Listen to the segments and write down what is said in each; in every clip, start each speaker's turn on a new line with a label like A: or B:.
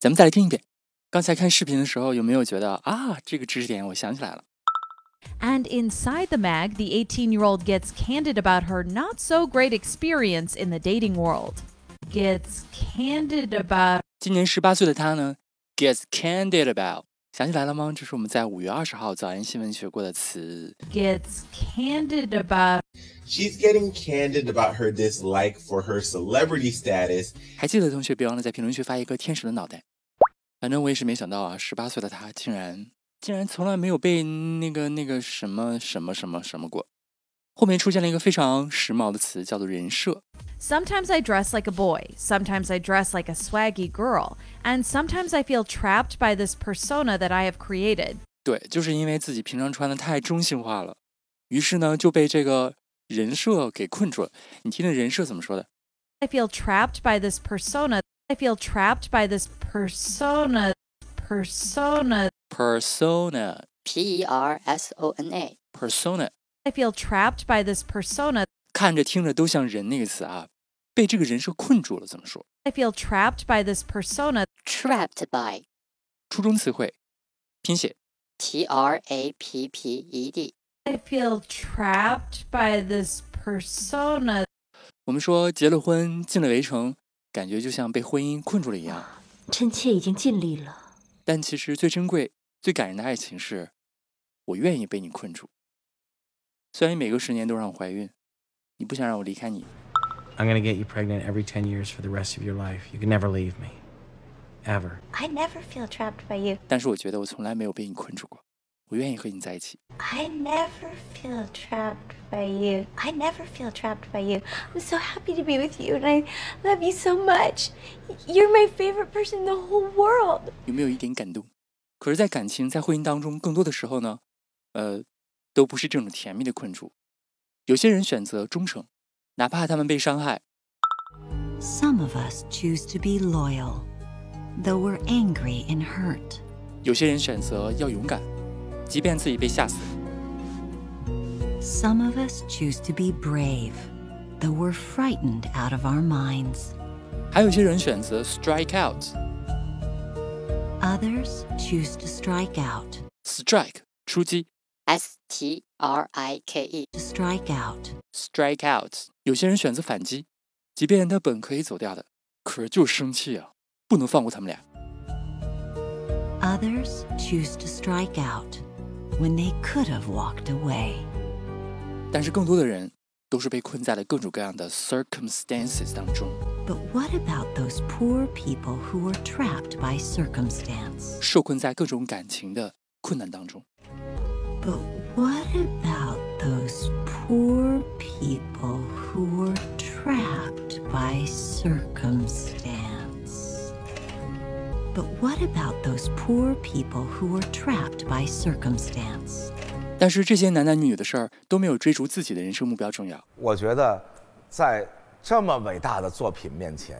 A: 咱们再来听一遍。刚才看视频的时候，有没有觉得啊，这个知识点我想起来了？
B: And inside the mag, the 18 year old gets candid about her not so great experience in the dating world. Gets candid about.
A: 今年十八岁的她呢，gets candid about，想起来了吗？这是我们在五月二十号早安新闻学过的词。
B: Gets candid about.
C: She's getting candid about her dislike for her celebrity status
A: 还记得的同学别忘了在评论区发一个天使的脑袋。反正我也是没想到啊，十八岁的她竟然竟然从来没有被那个那个什么什么什么什么过。后面出现了一个非常时髦的词，叫做人设。
B: Sometimes I dress like a boy, sometimes I dress like a swaggy girl, and sometimes I feel trapped by this persona that I have created.
A: 对，就是因为自己平常穿的太中性化了，于是呢就被这个人设给困住了。你听听人设怎么说的？
B: I feel trapped by this persona. I feel trapped by this persona. Persona.
A: persona
D: P E R S O N A.
A: persona，
B: I feel trapped by this persona.
A: 看着听着都像人那个词啊，被这个人设困住了，怎么说？
B: I feel trapped by this persona.
D: Trapped by.
A: 初中词汇，拼写
D: T R A P P E D.
B: I feel trapped by this persona.
A: 我们说结了婚，进了围城，感觉就像被婚姻困住了一样。
E: 臣妾已经尽力了。
A: 但其实最珍贵、最感人的爱情是，我愿意被你困住。虽然你每个十年都让我怀孕，你不想让我离开你，
F: I'm going to get you pregnant every 10 years for the rest of your life. You can never leave me. Ever.
E: I never feel trapped by you.
A: 但是我觉得我从来没有被你困住过。我愿意和你在一起。
E: I never feel trapped by you. I never feel trapped by you. I'm so happy to be with you and I love you so much. You're my favorite person in the whole world.
A: 有没有一点感动？可是，在感情、在婚姻当中，更多的时候呢，呃，都不是这种甜蜜的困住。有些人选择忠诚，哪怕他们被伤害，
G: Some of us choose to be loyal, though we're angry and hurt.
A: 有些人选择要勇敢，即便自己被吓死。
G: Some of us choose to be brave, though we're frightened out of our minds.
A: 还有些人选择 strike out。
G: Others choose to strike out,
A: strike 出击
D: S T R I K E.
G: to strike out.
A: strike out。有些人选择反击，即便他本可以走掉的，可是就是生气啊，不能放过他们俩。
G: Others choose to strike out when they could have walked away.
A: 但是更多的人都是被困在了各种各样的 circumstances 当中。
G: But what about those poor people who were trapped by circumstance?
A: 受困在各种感情的困难当中。
G: But what about those poor people who were trapped by circumstance? But what about those poor people who were trapped by circumstance?
A: 但是这些男男女女的事儿都没有追逐自己的人生目标重要。
H: 我觉得，在这么伟大的作品面前，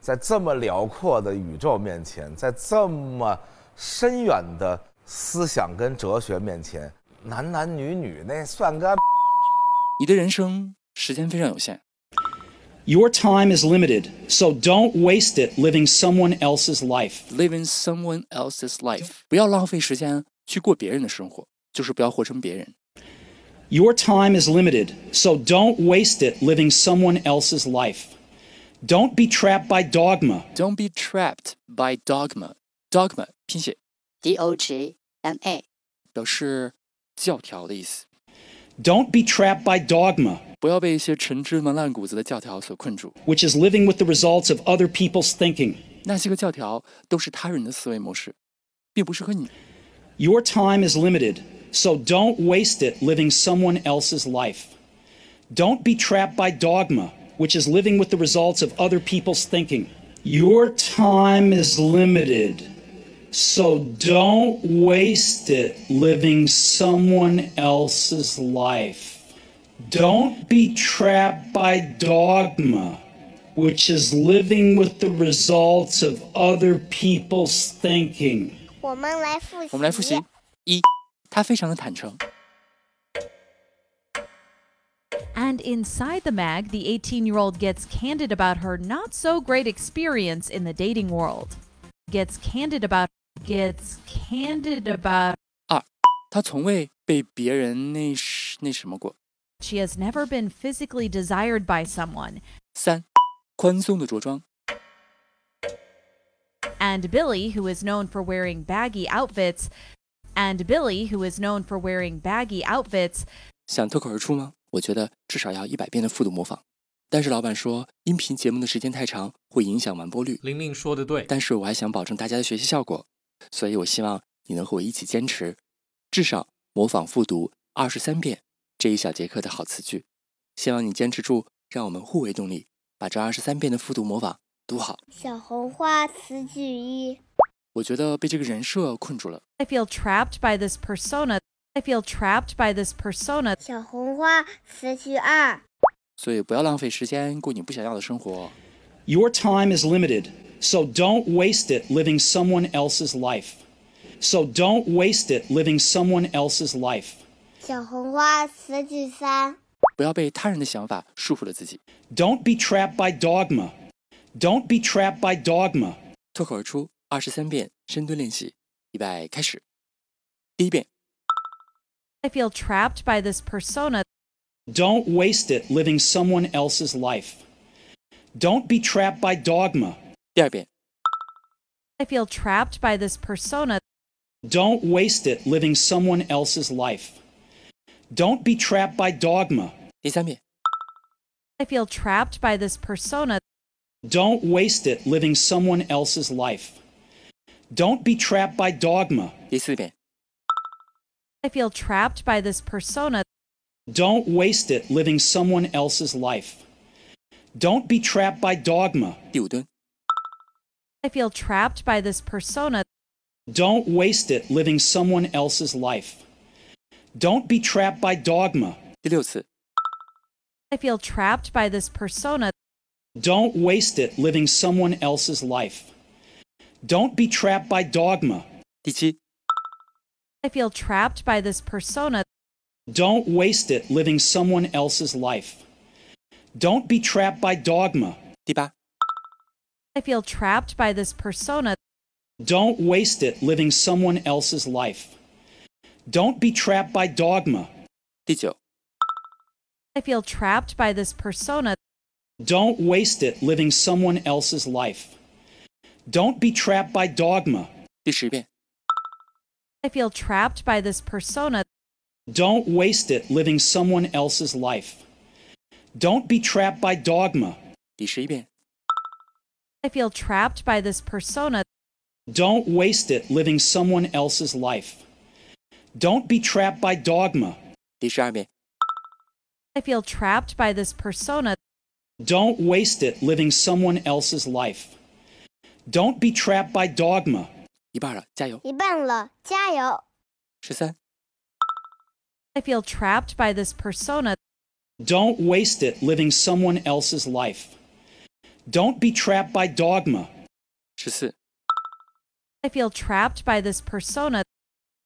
H: 在这么辽阔的宇宙面前，在这么深远的思想跟哲学面前，男男女女那算个
A: 你的人生时间非常有限，
I: Your time is limited, so don't waste it living someone else's life.
A: living someone else's life，不要浪费时间去过别人的生活，就是不要活成别人。
I: Your time is limited, so don't waste it living someone else's life. Don't be trapped by dogma.
A: Don't be trapped by dogma。dogma 拼写
D: D O G M A.
A: 表示教条的意思，
I: Don't be trapped by dogma,
A: 不要被一些陈芝麻烂谷子的教条所困住。
I: which is living with the results of other people's thinking.
A: 那些个教条都是他人的思维模式，并不适合你。
I: Your time is limited, so don't waste it living someone else's life. Don't be trapped by dogma, which is living with the results of other people's thinking. Your time is limited, so don't waste it living someone else's life. Don't be trapped by dogma, which is living with the results of other people's thinking.
J: 我们来复习。
A: 我们来复习：一，他非常的坦诚；
B: And inside the mag, the 18 year old gets candid about her not so great experience in the dating world. Gets candid about, gets candid about.
A: 二，他从未被别人那什那什么过；
B: She has never been physically desired by someone.
A: 三，宽松的着装；
B: And Billy, who is known for wearing baggy outfits, and Billy, who is known for wearing baggy outfits,
A: 想脱口而出吗？我觉得至少要一百遍的复读模仿。但是老板说，音频节目的时间太长，会影响完播率。
K: 玲玲说的对，
A: 但是我还想保证大家的学习效果，所以我希望你能和我一起坚持，至少模仿复读二十三遍这一小节课的好词句。希望你坚持住，让我们互为动力，把这二十三遍的复读模仿读好。
J: 小红花词句一，
A: 我觉得被这个人设困住了。
B: I feel trapped by this persona. I feel trapped by this persona.
J: 小红花词句二，
A: 所以不要浪费时间过你不想要的生活。哦
I: Your time is limited, so don't waste it living someone else's life. So don't waste it living someone else's life.
J: 小红花词句三，
A: 不要被他人的想法束缚了自己。
I: Don't be trapped by dogma. Don't be trapped by dogma.
A: 脱口而出二十三遍深蹲练习，预备开始。第一遍，
B: I feel trapped by this persona.
I: Don't waste it living someone else's life. Don't be trapped by dogma.
A: 第二遍，
B: I feel trapped by this persona.
I: Don't waste it living someone else's life. Don't be trapped by dogma.
A: 第三遍，
B: I feel trapped by this persona.
I: Don't waste it living someone else's life. Don't be trapped by dogma.
A: 第四遍，
B: I feel trapped by this persona.
I: Don't waste it living someone else's life. Don't be trapped by dogma.
A: 第五蹲，
B: I feel trapped by this persona.
I: Don't waste it living someone else's life. Don't be trapped by dogma.
A: 第六次，
B: I feel trapped by this persona.
I: Don't waste it living someone else's life. Don't be trapped by dogma.
A: 第七，
B: I feel trapped by this persona.
I: Don't waste it living someone else's life. Don't be trapped by dogma.
A: 第八，
B: I feel trapped by this persona.
I: Don't waste it living someone else's life. Don't be trapped by dogma.
A: 第九，
B: I feel trapped by this persona.
I: Don't waste it living someone else's life. Don't be trapped by dogma.
A: 第十遍，
B: I feel trapped by this persona.
I: Don't waste it living someone else's life. Don't be trapped by dogma.
A: 第十一遍，
B: I feel trapped by this persona.
I: Don't waste it living someone else's life. Don't be trapped by dogma.
A: 第十二遍，
B: I feel trapped by this persona.
I: Don't waste it living someone else's life. Don't be trapped by dogma.
A: 一半了，加油！
J: 一半了，加油！
A: 十三、
B: I feel trapped by this persona.
I: Don't waste it living someone else's life. Don't be trapped by dogma.
A: 十四、
B: I feel trapped by this persona.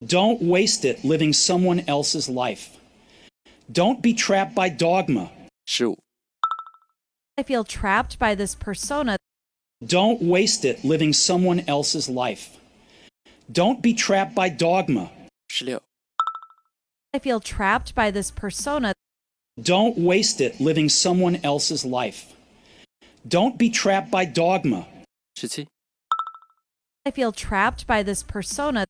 I: Don't waste it living someone else's life. Don't be trapped by dogma.
A: 十五、
B: I feel trapped by this persona.
I: Don't waste it living someone else's life. Don't be trapped by dogma.
A: 十六、
B: I feel trapped by this persona.
I: Don't waste it living someone else's life. Don't be trapped by dogma.
A: 十七、
B: I feel trapped by this persona.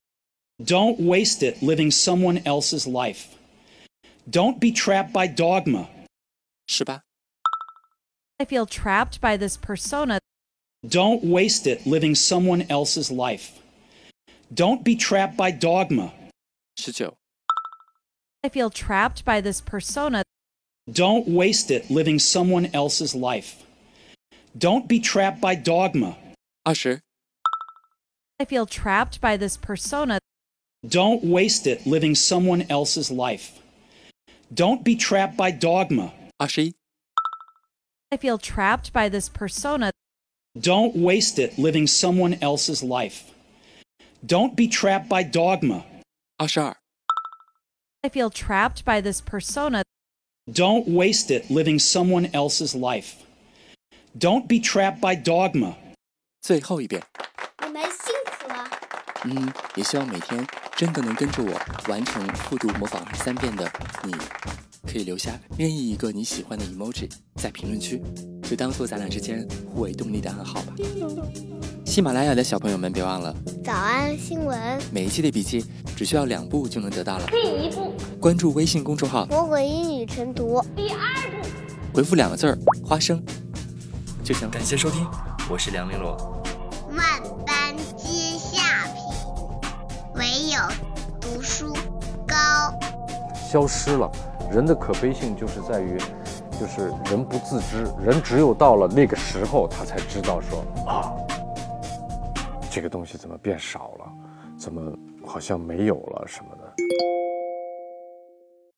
I: Don't waste it living someone else's life. Don't be trapped by dogma.
A: 十八、
B: I feel trapped by this persona.
I: Don't waste it living someone else's life. Don't be trapped by dogma.
A: 十九、
B: I feel trapped by this persona.
I: Don't waste it living someone else's life. Don't be trapped by dogma.
A: 二十，
B: I feel trapped by this persona
I: Don't waste it living someone else's life. Don't be trapped by dogma.
A: 二十一，
B: I feel trapped by this persona
I: Don't waste it living someone else's life. Don't be trapped by dogma.
A: 二十二，
B: I feel trapped by this persona
I: Don't waste it living someone else's life. Don't be trapped by dogma.
A: 最后一遍。
J: 你们辛苦了。
A: 嗯，也希望每天真的能跟着我完成复读模仿三遍的你，可以留下任意一个你喜欢的 emoji 在评论区，就当做咱俩之间互为动力的暗号吧。喜马拉雅的小朋友们别忘了，
J: 早安新闻，
A: 每一期的笔记只需要两步就能得到了。
E: 第一步，
A: 关注微信公众号，
J: 魔鬼英语晨读。
E: 第二步。
A: 回复两个字儿“花生”就行。感谢收听，我是梁玲珑。
K: 万般皆下品，唯有读书高。
L: 消失了。人的可悲性就是在于，就是人不自知，人只有到了那个时候，他才知道说啊，这个东西怎么变少了，怎么好像没有了什么的。